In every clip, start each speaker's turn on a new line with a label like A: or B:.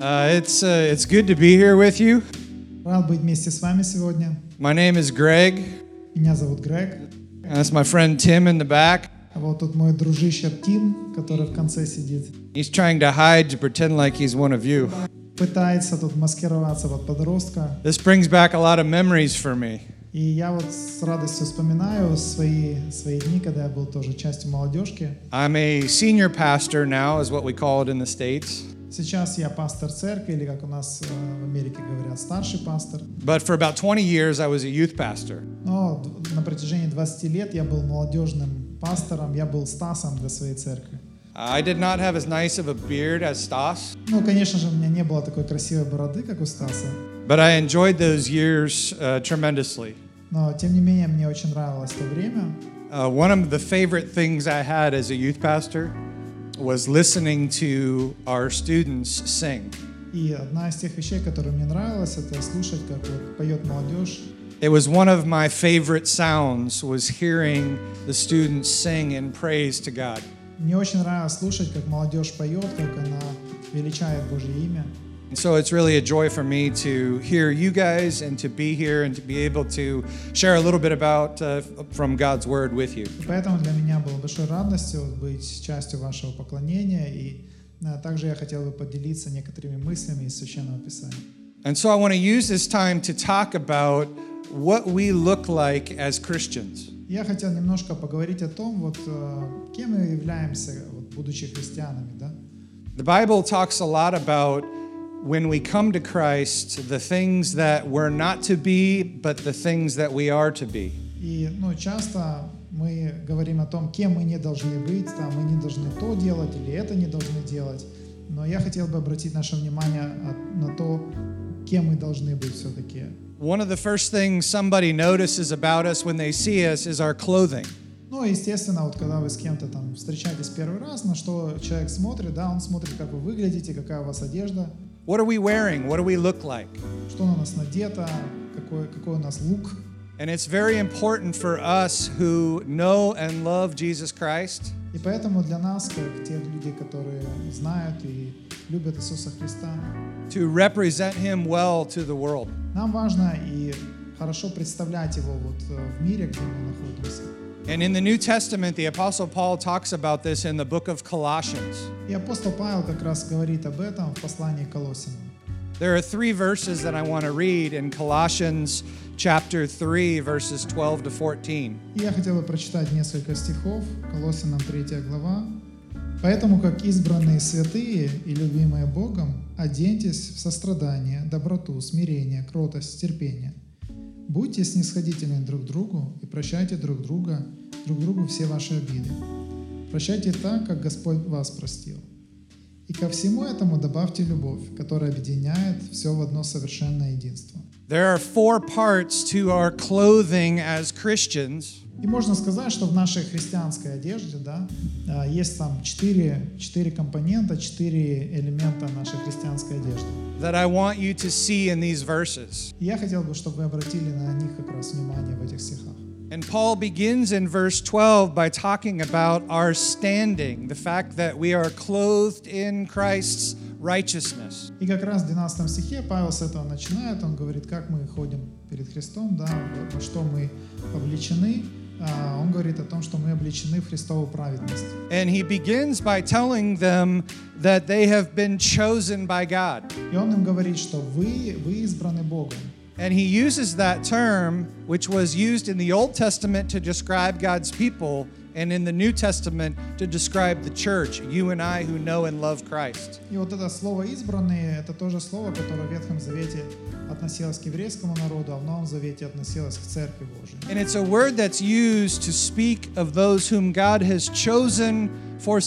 A: Uh, it's uh, it's good to be here with you.
B: Рад быть вместе с вами сегодня.
A: My name is Greg.
B: Меня зовут Грег.
A: And that's my friend Tim in the back.
B: А Вот тут мой дружище Тим, который в конце сидит.
A: He's trying to hide to pretend like he's one of you.
B: Пытается тут маскироваться под подростка.
A: This brings back a lot of memories for me.
B: И я вот с радостью вспоминаю свои, свои дни, когда я был тоже частью молодежки.
A: I'm a senior pastor now, is what we call it in the States.
B: Сейчас я пастор церкви, или как у нас э, в Америке говорят, старший пастор.
A: But for about 20 years, I was a youth pastor.
B: Но д- на протяжении 20 лет я был молодежным пастором, я был Стасом для своей церкви.
A: Uh, I did not have as nice of a beard as Stas,
B: Ну, конечно же, у меня не было такой красивой бороды, как у Стаса,
A: but I enjoyed those years uh, tremendously.
B: но, тем не менее, мне очень нравилось то время.
A: Uh, one of the favorite things I had as a youth pastor was listening to our students sing.
B: И одна из тех вещей, которая мне нравилась, это слушать, как вот поет молодежь.
A: It was one of my favorite sounds was hearing the students sing in praise to God.
B: Мне очень нравилось слушать, как молодежь поет, как она величает Божье имя.
A: And so it's really a joy for me to hear you guys and to be here and to be able to share a little bit about uh, from God's word with you.
B: И поэтому для меня было большой радостью вот быть частью вашего поклонения. И э, также я хотел бы поделиться некоторыми мыслями из Священного Писания.
A: And so I want to use this time to talk about what we look like as Christians.
B: Я хотел немножко поговорить о том, вот, э, кем мы являемся, вот, будучи христианами. Да?
A: The Bible talks a lot about when we come to Christ, the things that we're not to be, but the things that we are to be.
B: И ну, часто мы говорим о том, кем мы не должны быть, там, мы не должны то делать или это не должны делать. Но я хотел бы обратить наше внимание от- на то, кем мы должны быть все-таки.
A: One of the first things somebody notices about us when they see us is our clothing.
B: Ну, естественно, вот когда вы с кем-то там встречаетесь первый раз, на что человек смотрит, да, он смотрит, как вы выглядите, какая у вас одежда,
A: What are we wearing? What do we look like?
B: что на нас надето, какой, какой у нас лук.
A: And it's very important for us who know and love Jesus Christ
B: И поэтому для нас, как тех людей, которые знают и любят Иисуса Христа,
A: to represent him well to the world.
B: Нам важно и хорошо представлять его вот э, в мире, где мы находимся.
A: And in the New Testament, the Apostle Paul talks about this in the book of Colossians.
B: И апостол Павел как раз говорит об этом в послании к Колосинам.
A: There are three verses that I want to read in Colossians chapter 3, verses 12 to 14.
B: И я хотел бы прочитать несколько стихов, Колосинам 3 глава. «Поэтому, как избранные святые и любимые Богом, оденьтесь в сострадание, доброту, смирение, кротость, терпение. Будьте снисходительны друг к другу и прощайте друг друга, друг другу все ваши обиды. Прощайте так, как Господь вас простил. И ко всему этому добавьте любовь, которая объединяет все в одно совершенное единство».
A: There are four parts to our clothing as Christians,
B: И можно сказать, что в нашей христианской одежде, да, а, есть там четыре, четыре компонента, четыре элемента нашей христианской одежды.
A: that I want you to see in these verses.
B: И я хотел бы, чтобы вы обратили на них как раз внимание в этих стихах.
A: And Paul begins in verse 12 by talking about our standing, the fact that we are clothed in Christ's righteousness.
B: И как раз в 12 стихе Павел с этого начинает, он говорит, как мы ходим перед Христом, да, во- во что мы обличены. А, Он говорит о том, что мы обличены в Христову праведность.
A: And he begins by telling them that they have been chosen by God.
B: И он им говорит, что вы, вы избраны Богом.
A: And he uses that term, which was used in the Old Testament to describe God's people, and in the New Testament to describe the church, you and I who know and love Christ.
B: И вот это слово «избранные» — это тоже слово, которое в Ветхом Завете относилось к еврейскому народу, а в Новом Завете относилось к Церкви Божией.
A: And it's a word that's used to speak of those whom God has chosen for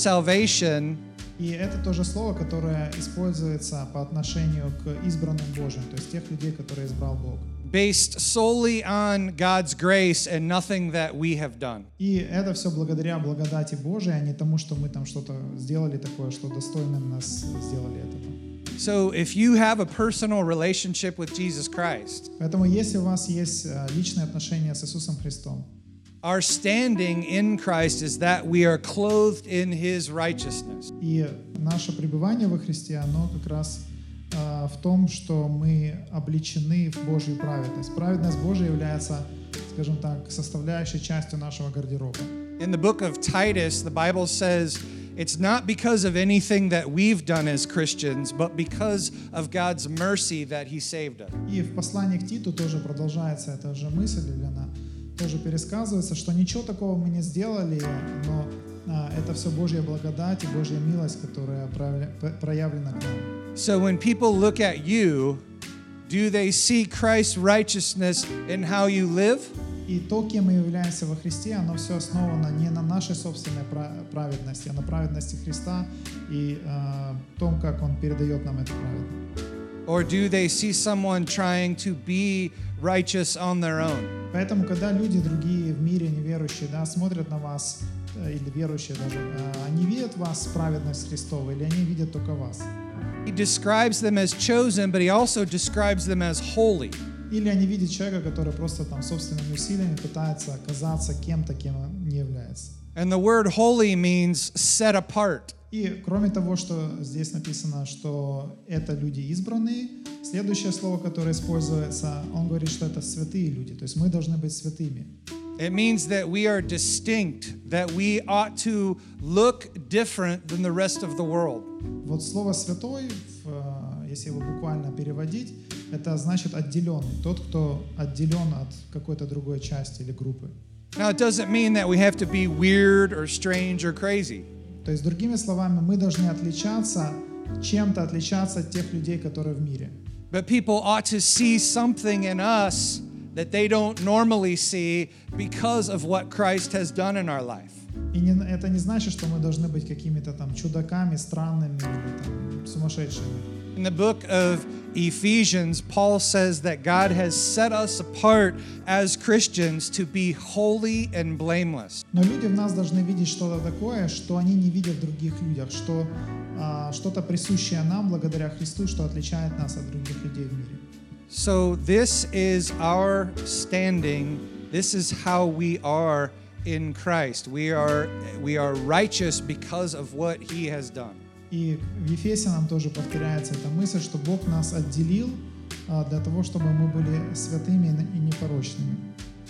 A: salvation,
B: И это тоже слово, которое используется по отношению к избранным Божьим, то есть тех людей, которые избрал Бог.
A: based solely on God's grace and nothing that we have done.
B: И это все благодаря благодати Божией, а не тому, что мы там что-то сделали такое, что достойно нас сделали этого.
A: So if you have a personal relationship with Jesus Christ,
B: Поэтому если у вас есть э, личные отношения с Иисусом Христом,
A: Our standing in Christ is that we are clothed in his righteousness.
B: И наше пребывание во Христе, оно как раз а, в том, что мы обличены в Божью праведность. Праведность Божия является, скажем так, составляющей частью нашего гардероба.
A: In the book of Titus, the Bible says it's not because of anything that we've done as Christians, but because of God's mercy that He saved us.
B: И в послании к Титу тоже продолжается эта же мысль, или она тоже пересказывается, что ничего такого мы не сделали, но а, это все Божья благодать и Божья милость, которая проявля- п- проявлена к нам.
A: So when people look at you, do they see Christ's righteousness in how you live?
B: И то, кем мы являемся во Христе, оно все основано не на нашей собственной пра- праведности, а на праведности Христа и а, том, как Он передает нам эту праведность.
A: Or do they see someone trying to be righteous on their own?
B: Поэтому, когда люди другие в мире неверующие, да, смотрят на вас, э, или верующие даже, э, они видят вас праведность Христова, или они видят только вас?
A: He describes them as chosen, but he also describes them as holy.
B: Или они видят человека, который просто там собственными усилиями пытается оказаться кем-то, кем он не является.
A: And the word holy means set apart.
B: И кроме того, что здесь написано, что это люди избранные, следующее слово, которое используется, он говорит, что это святые люди, то есть мы должны быть святыми.
A: It means that we are distinct, that we ought to look different than the rest of the world.
B: Вот слово «святой», в, э, если его буквально переводить, это значит «отделенный», тот, кто отделен от какой-то другой части или группы.
A: Now, it doesn't mean that we have to be weird or strange or crazy.
B: То есть, другими словами, мы должны отличаться, чем-то отличаться от тех людей, которые в мире.
A: But people ought to see something in us that they don't normally see because of what Christ has done in our life.
B: И не- это не значит, что мы должны быть какими-то там чудаками, странными или там, сумасшедшими.
A: In the book of Ephesians, Paul says that God has set us apart as Christians to be holy and blameless.
B: Но люди в нас должны видеть что-то такое, что они не видят в других людях, что а, что-то присущее нам благодаря Христу, что отличает нас от других людей в мире.
A: So, this is our standing. This is how we are in Christ. We are, we are righteous because of what he has done.
B: И в Ефесянам тоже повторяется эта мысль, что Бог нас отделил а, для того, чтобы мы были святыми и непорочными.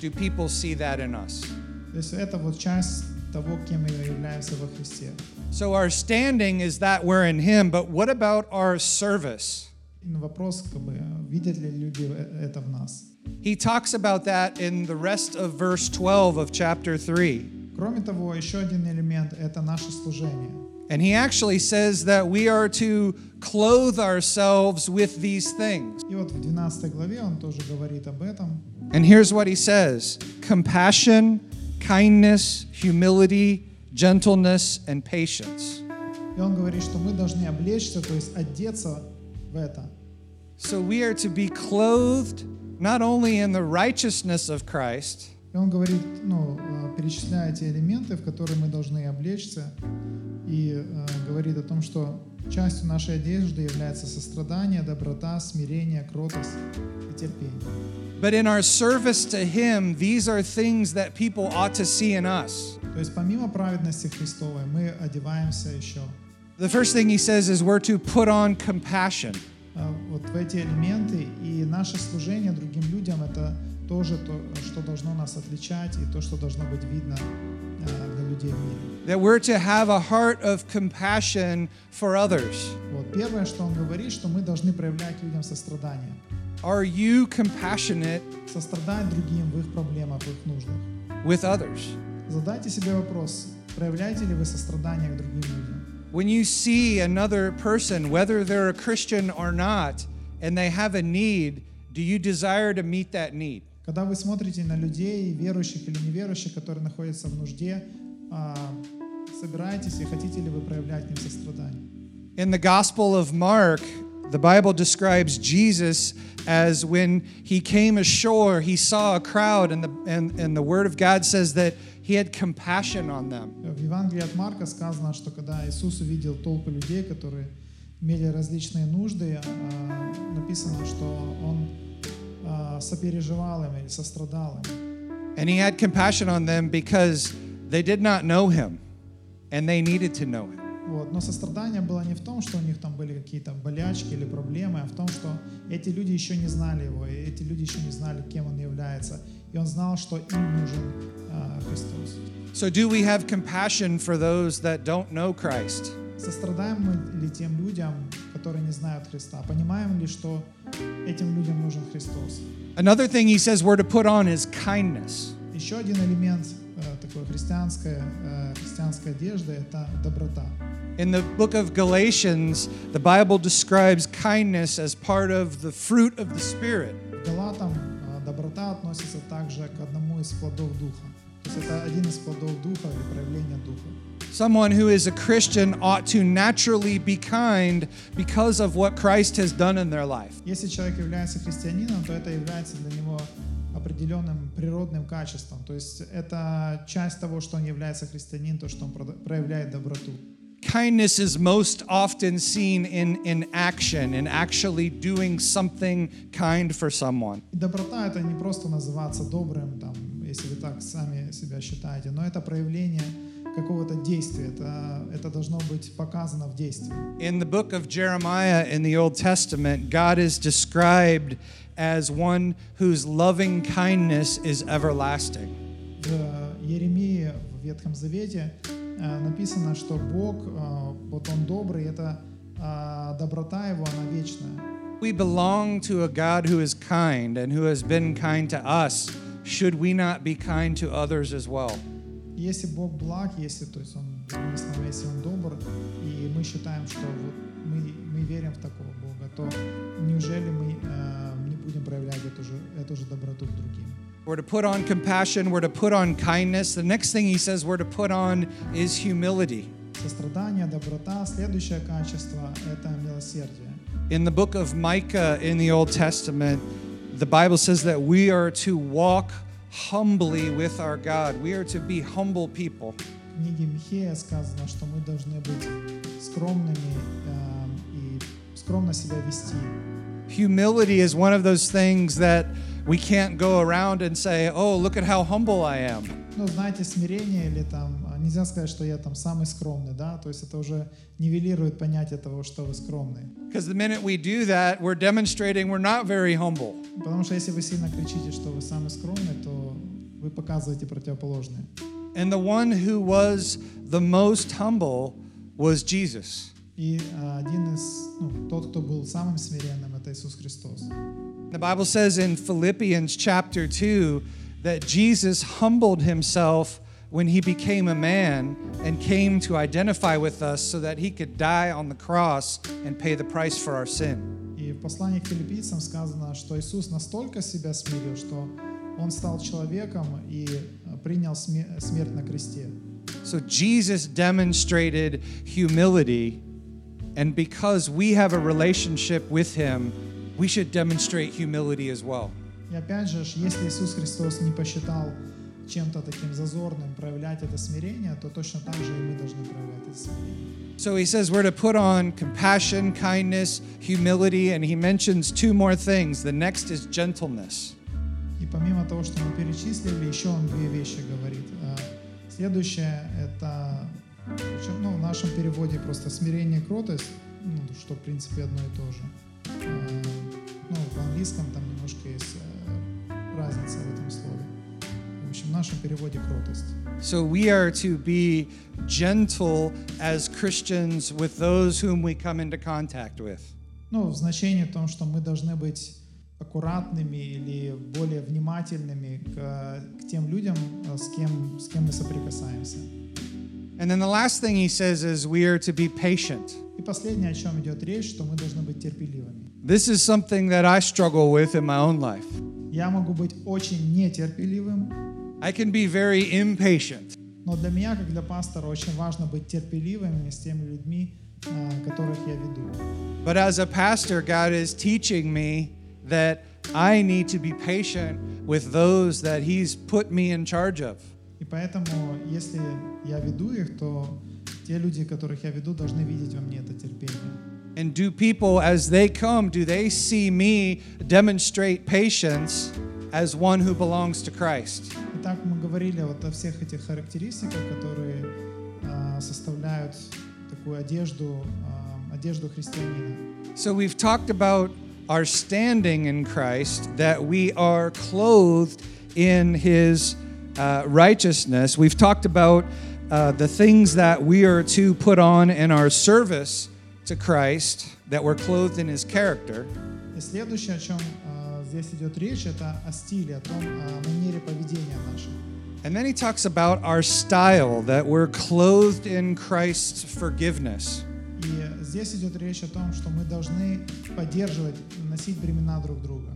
A: Do people see that in us?
B: То есть это вот часть того, кем мы являемся во Христе.
A: So our standing is that we're in Him, but what about our service?
B: И вопрос, как бы, видят ли люди э- это в нас.
A: He talks about that in the rest of verse 12 of chapter 3.
B: Кроме того, еще один элемент – это наше служение.
A: And he actually says that we are to clothe ourselves with these things.
B: И вот в 12 главе он тоже говорит об этом.
A: And here's what he says compassion, kindness, humility, gentleness, and patience.
B: И он говорит, что мы должны облечься, то есть одеться в это.
A: So we are to be clothed not only in the righteousness of Christ,
B: И он говорит, ну, э, перечисляя те элементы, в которые мы должны облечься, и э, говорит о том, что частью нашей одежды является сострадание, доброта, смирение, кротость и терпение.
A: But in our service to Him, these are things that people ought to see in us.
B: То есть помимо праведности Христовой мы одеваемся еще.
A: The first thing He says is we're to put on compassion.
B: э, Вот в эти элементы и наше служение другим людям это тоже то, что должно нас отличать и то, что должно быть видно э, для людей в мире.
A: That we're to have a heart of compassion for others.
B: Вот первое, что он говорит, что мы должны проявлять людям сострадание.
A: Are you compassionate
B: Сострадать другим в их проблемах, в их нуждах.
A: with others?
B: Задайте себе вопрос, проявляете ли вы сострадание к другим людям?
A: When you see another person, whether they're a Christian or not, and they have a need, do you desire to meet that need?
B: Когда вы смотрите на людей, верующих или неверующих, которые находятся в нужде, а, собираетесь и хотите ли вы проявлять к ним сострадание?
A: In the Gospel of Mark, the Bible describes Jesus as when he came ashore, he saw a crowd, and the, and, and the Word of God says that he had compassion on them.
B: В Евангелии от Марка сказано, что когда Иисус увидел толпы людей, которые имели различные нужды, а, написано, что Он а, сопереживал им или сострадал им.
A: And he had compassion on them because they did not know him and they needed to know him.
B: Вот. Но сострадание было не в том, что у них там были какие-то болячки или проблемы, а в том, что эти люди еще не знали его, и эти люди еще не знали, кем он является. И он знал, что им нужен а, Христос.
A: So, do we have compassion for those that don't know Christ?
B: Сострадаем мы ли тем людям, которые не знают Христа? Понимаем ли, что этим людям нужен Христос?
A: Another thing he says we're to put on is kindness.
B: Еще один элемент э, такой христианской, э, христианской одежды – это доброта.
A: In the book of Galatians, the Bible describes kindness as part of the fruit of the Spirit.
B: К Галатам э, доброта относится также к одному из плодов Духа. То есть это один из плодов Духа или проявления Духа.
A: Someone who is a Christian ought to naturally be kind because of what Christ has done in their life.
B: Если человек является христианином, то это является для него определенным природным качеством. То есть это часть того, что он является христианином, то, что он прода- проявляет доброту.
A: Kindness is most often seen in, in action, in actually doing something kind for someone.
B: И доброта — это не просто называться добрым, там, если вы так сами себя считаете, но это проявление какого-то действия. Это, это должно быть показано в действии.
A: In the book of Jeremiah in the Old Testament, God is described as one whose loving kindness is everlasting.
B: в Еремии в Ветхом Завете э, написано, что Бог, э, вот Он добрый, это э, доброта Его, она вечная.
A: We belong to a God who is kind and who has been kind to us. Should we not be kind to others as well?
B: Если Бог благ, если, то есть Он, другими словами, если Он добр, и мы считаем, что вот мы, мы верим в такого Бога, то неужели мы э, не будем проявлять эту же, эту же доброту к другим?
A: We're to put on compassion, we're to put on kindness. The next thing he says we're to put on is humility.
B: Сострадание, доброта. Следующее качество — это милосердие.
A: In the book of Micah in the Old Testament, the Bible says that we are to walk humbly with our God. We are to be humble people.
B: В книге Михея сказано, что мы должны быть скромными э, и скромно себя вести.
A: Humility is one of those things that we can't go around and say, oh, look at how humble I am.
B: Ну, знаете, смирение или там, а, нельзя сказать, что я там самый скромный, да, то есть это уже нивелирует понятие того, что вы скромный.
A: Because the minute we do that, we're demonstrating we're not very humble.
B: Потому что если вы сильно кричите, что вы самый скромный, то вы показываете противоположное.
A: And the one who was the most humble was Jesus.
B: И а, один из, ну, тот, кто был самым смиренным, это Иисус Христос.
A: The Bible says in Philippians chapter 2 that Jesus humbled himself when he became a man and came to identify with us so that he could die on the cross and pay the price for our sin.
B: И в послании к филиппийцам сказано, что Иисус настолько себя смирил, что Он стал человеком и э, принял сме- смерть на кресте.
A: So Jesus demonstrated humility, and because we have a relationship with him, we should demonstrate humility as well.
B: И опять же, ж, если Иисус Христос не посчитал чем-то таким зазорным проявлять это смирение, то точно так же и мы должны проявлять это смирение.
A: So he says we're to put on compassion, kindness, humility, and he mentions two more things. The next is gentleness.
B: И помимо того, что мы перечислили, еще Он две вещи говорит. Э, Следующее — это причем, ну, в нашем переводе просто смирение и кротость, ну, что в принципе одно и то же. Э, Ну, в английском там немножко есть э, разница в этом слове. В общем, в нашем переводе кротость.
A: So we are to be gentle as Christians with those whom we come into contact with.
B: Ну, в значении в том, что мы должны быть аккуратными или более внимательными к, э, к тем людям, э, с кем, с кем мы соприкасаемся.
A: And then the last thing he says is we are to be patient.
B: И последнее, о чем идет речь, что мы должны быть терпеливыми.
A: This is something that I struggle with in my own life.
B: Я могу быть очень нетерпеливым,
A: I can be very impatient.
B: но для меня, как для пастора, очень важно быть терпеливым с теми людьми, э, которых я веду.
A: But as a pastor, God is teaching me that I need to be patient with those that He's put me in charge of.
B: И поэтому, если я веду их, то те люди, которых я веду, должны видеть во мне это терпение.
A: And do people, as they come, do they see me demonstrate patience as one who belongs to Christ?
B: Итак, мы говорили вот о всех этих характеристиках, которые э, составляют так- такую одежду, а, одежду христианина.
A: So we've talked about our standing in Christ, that we are clothed in his uh, righteousness. We've talked about uh, the things that we are to put on in our service to Christ, that we're clothed in his character.
B: И следующее, о чем а, здесь идет речь, это о стиле, о том о манере поведения нашем.
A: And then he talks about our style, that we're clothed in Christ's forgiveness.
B: И здесь идет речь о том, что мы должны поддерживать, носить бремена друг друга.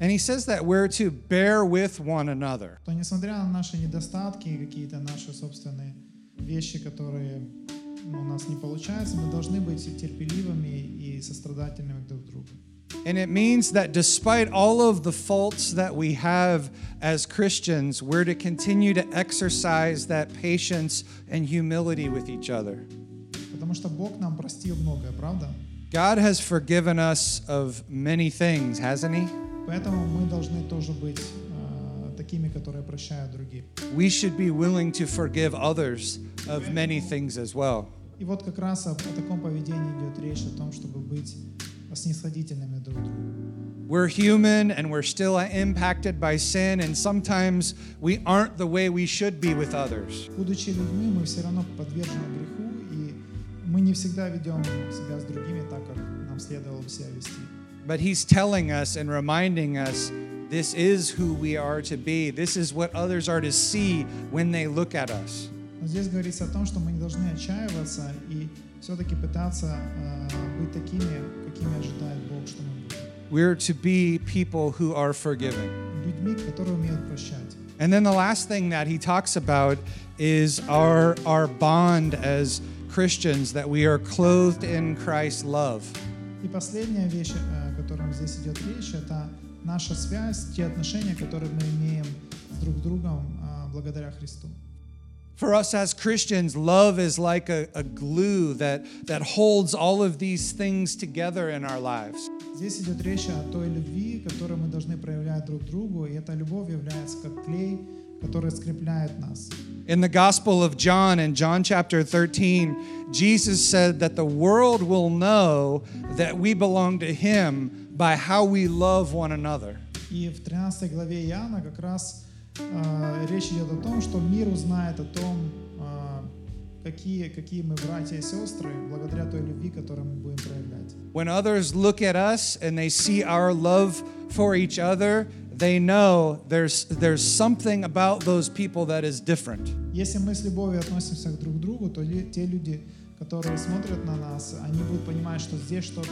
A: And he says that we're to bear with one another.
B: То несмотря на наши недостатки и какие-то наши собственные вещи, которые ну, у нас не получаются, мы должны быть терпеливыми и сострадательными друг к другу.
A: And it means that despite all of the faults that we have as Christians, we're to continue to exercise that patience and humility with each other.
B: Потому что Бог нам простил многое, правда?
A: God has forgiven us of many things, hasn't He?
B: Поэтому мы должны тоже быть э, такими, которые прощают других.
A: We should be willing to forgive others of many things as well.
B: И вот как раз о, о таком поведении идет речь, о том, чтобы быть снисходительными друг к другу.
A: We're human and we're still impacted by sin, and sometimes we aren't the way we should be with others.
B: Будучи людьми, мы все равно подвержены греху, и мы не всегда ведем себя с другими так, как нам следовало бы себя вести.
A: But he's telling us and reminding us this is who we are to be. This is what others are to see when they look at us.
B: Но здесь говорится о том, что мы не должны отчаиваться и все-таки пытаться э, быть такими, какими ожидает Бог, что мы будем.
A: We're to be people who are forgiving.
B: Людьми, которые умеют прощать.
A: And then the last thing that he talks about is our, our bond as Christians, that we are clothed in Christ's love.
B: И последняя вещь, э, о котором здесь идет речь, это наша связь, те отношения, которые мы имеем с друг с другом э, благодаря Христу.
A: For us as Christians, love is like a, a glue that, that holds all of these things together in our lives.
B: Здесь идет речь о той любви, которую мы должны проявлять друг другу, и эта любовь является как клей, который скрепляет нас.
A: In the Gospel of John, in John chapter 13, Jesus said that the world will know that we belong to him by how we love one another.
B: И в 13 главе Иоанна как раз э, речь идет о том, что мир узнает о том, э, какие, какие мы братья и сестры, благодаря той любви, которую мы будем проявлять.
A: When others look at us and they see our love for each other, they know there's, there's something about those people that is different.
B: Если мы с любовью относимся друг к другу, то лю- те люди, которые смотрят на нас, они будут понимать, что здесь что-то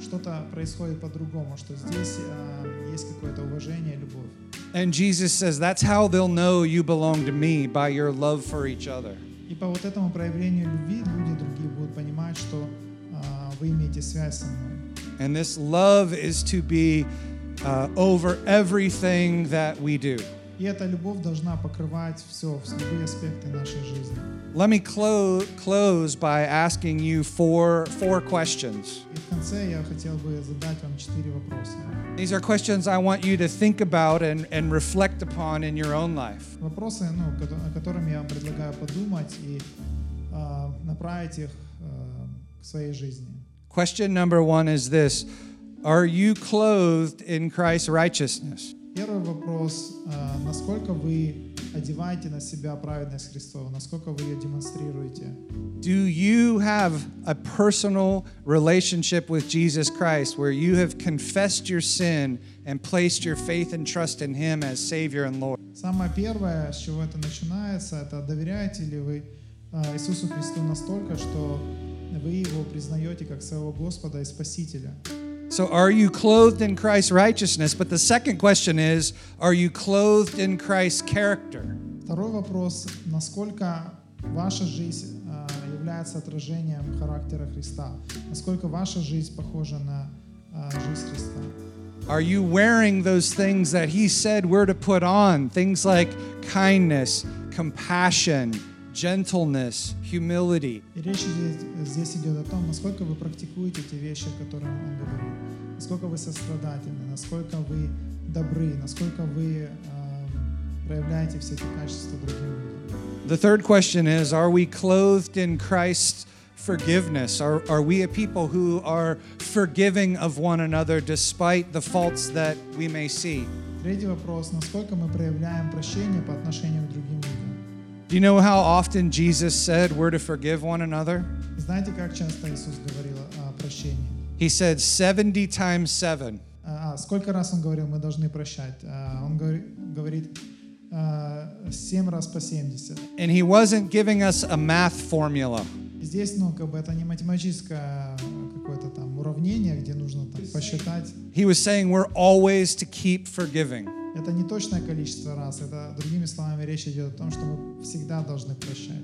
B: что происходит по-другому, что здесь э, есть какое-то уважение, любовь.
A: And Jesus says, That's how they'll know you belong to me by your love for each other.
B: И по вот этому проявлению любви люди другие будут понимать, что э, вы имеете связь со мной.
A: And this love is to be uh, over everything that we do.
B: И эта любовь должна покрывать все, любые аспекты нашей жизни.
A: Let me clo- close by asking you four, four questions.
B: И в конце я хотел бы задать вам четыре вопроса.
A: These are questions I want you to think about and, and reflect upon in your own life.
B: Вопросы, ну, кото- о которых я вам предлагаю подумать и э, направить их э, к своей жизни.
A: Question number one is this Are you clothed in Christ's righteousness?
B: Первый вопрос, э, насколько вы одеваете на себя праведность Христову, насколько вы ее демонстрируете?
A: Do you have a personal relationship with Jesus Christ where you have confessed your sin and placed your faith and trust in Him as Savior and Lord?
B: Самое первое, с чего это начинается, это доверяете ли вы э, Иисусу Христу настолько, что вы его признаете как своего Господа и Спасителя.
A: So, are you clothed in Christ's righteousness? But the second question is Are you clothed in Christ's character?
B: Второй вопрос, насколько ваша жизнь э, является отражением характера Христа, насколько ваша жизнь похожа на э, жизнь Христа.
A: Are you wearing those things that He said we're to put on? Things like kindness, compassion, gentleness, humility.
B: И речь идет- здесь идет о том, насколько вы практикуете те вещи, о которых он говорил, насколько вы сострадательны, насколько вы добры, насколько вы э, проявляете все эти качества другим людям.
A: The third question is Are we clothed in Christ's forgiveness? Are, are we a people who are forgiving of one another despite the faults that we may see?
B: Третий вопрос. Насколько мы проявляем прощение по отношению к другим людям?
A: Do you know how often Jesus said we're to forgive one another?
B: Знаете, как часто Иисус говорил о прощении?
A: He said 70 times 7.
B: А, а, сколько раз Он говорил, мы должны прощать? А, он говори- говорит а, семь раз по 70.
A: And he wasn't giving us a math formula.
B: И Здесь, ну, как бы это не математическое какое-то там уравнение, где нужно там посчитать.
A: He was saying we're always to keep forgiving.
B: Это не точное количество раз. Это, другими словами, речь идет о том, что мы всегда должны прощать.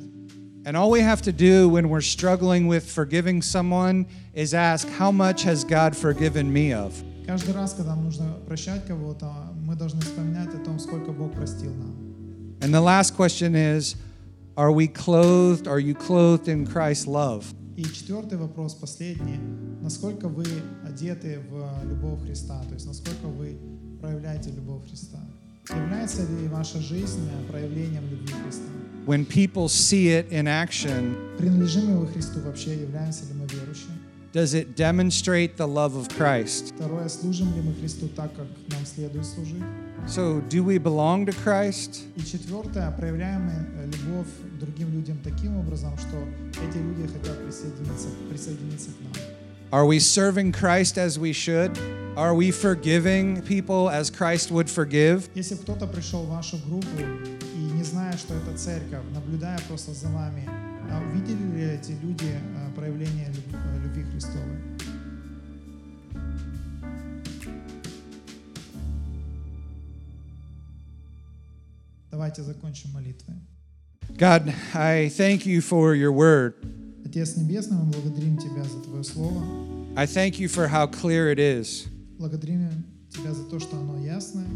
A: And all we have to do when we're struggling with forgiving someone is ask, How much has God forgiven me of?
B: Каждый раз, когда нам нужно прощать кого-то, мы должны вспоминать о том, сколько Бог простил нам.
A: And the last question is Are we clothed? Are you clothed in Christ's love?
B: И четвертый вопрос, последний. Насколько вы одеты в любовь Христа? То есть, насколько вы проявляете любовь Христа? Является ли ваша жизнь проявлением любви Христа?
A: When people see it in action,
B: Принадлежим ли мы Христу вообще? Являемся ли мы верующими?
A: does it demonstrate the love of Christ?
B: Второе, служим ли мы Христу так, как нам следует служить?
A: So, do we belong to Christ?
B: И четвертое, проявляем мы э, любовь к другим людям таким образом, что эти люди хотят присоединиться, присоединиться к нам.
A: Are we serving Christ as we should? Are we forgiving people as Christ would forgive?
B: Если кто-то пришел в вашу группу и не зная, что это церковь, наблюдая просто за вами, а увидели ли эти люди э, проявление люб- э, любви Христовой? Давайте закончим молитвой.
A: God, I thank you for your word.
B: Отец Небесный, мы благодарим Тебя за Твое Слово.
A: I thank you for how clear it is.
B: Благодарим Тебя за то, что оно ясное.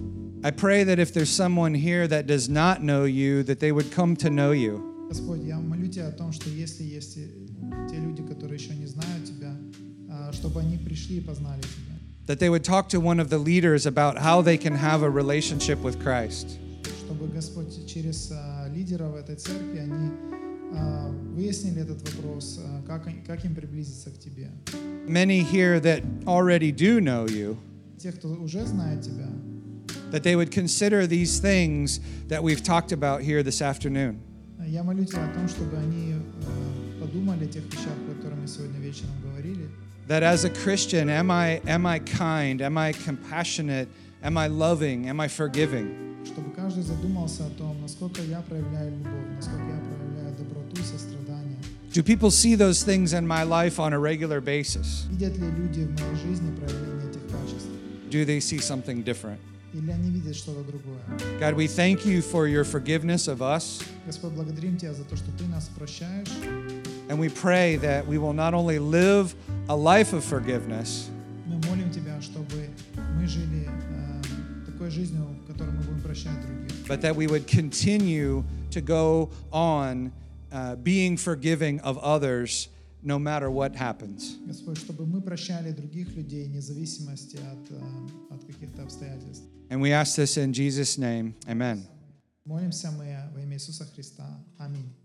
A: I pray that if there's someone here that does not know you, that they would come to know you.
B: Господь, я молю Тебя о том, что если есть и те люди, которые еще не знают Тебя, а, чтобы они пришли и познали Тебя,
A: That they would talk to one of the leaders about how they can have a relationship with Christ.
B: чтобы, Господь, через а, лидеров этой церкви они а, выяснили этот вопрос, а, как, они- как им приблизиться к Тебе.
A: Many here that already do know you,
B: Те, кто уже знает Тебя,
A: that they would consider these things that we've talked about here this afternoon.
B: я молю Тебя о том, чтобы они э, подумали о тех вещах, о которых мы сегодня вечером говорили,
A: That as a Christian, am I am I kind? Am I compassionate? Am I loving? Am I forgiving?
B: чтобы каждый задумался о том, насколько я проявляю любовь, насколько я проявляю доброту, сострадание.
A: Do people see those things in my life on a regular basis?
B: Видят ли люди в моей жизни проявление этих качеств?
A: Do they see something different?
B: Или они видят что-то другое?
A: God, we thank you for your forgiveness of us,
B: Господь, благодарим Тебя за то, что Ты нас прощаешь.
A: and we pray that we will not only live a life of forgiveness,
B: Мы молим Тебя, чтобы мы жили э, такой жизнью, в которой мы будем прощать других.
A: but that we would continue to go on uh, being forgiving of others no matter what happens.
B: Господь, чтобы мы прощали других людей, вне зависимости от, э, от каких-то обстоятельств.
A: And we ask this in Jesus' name. Amen.
B: Молимся мы во имя Иисуса Христа. Аминь.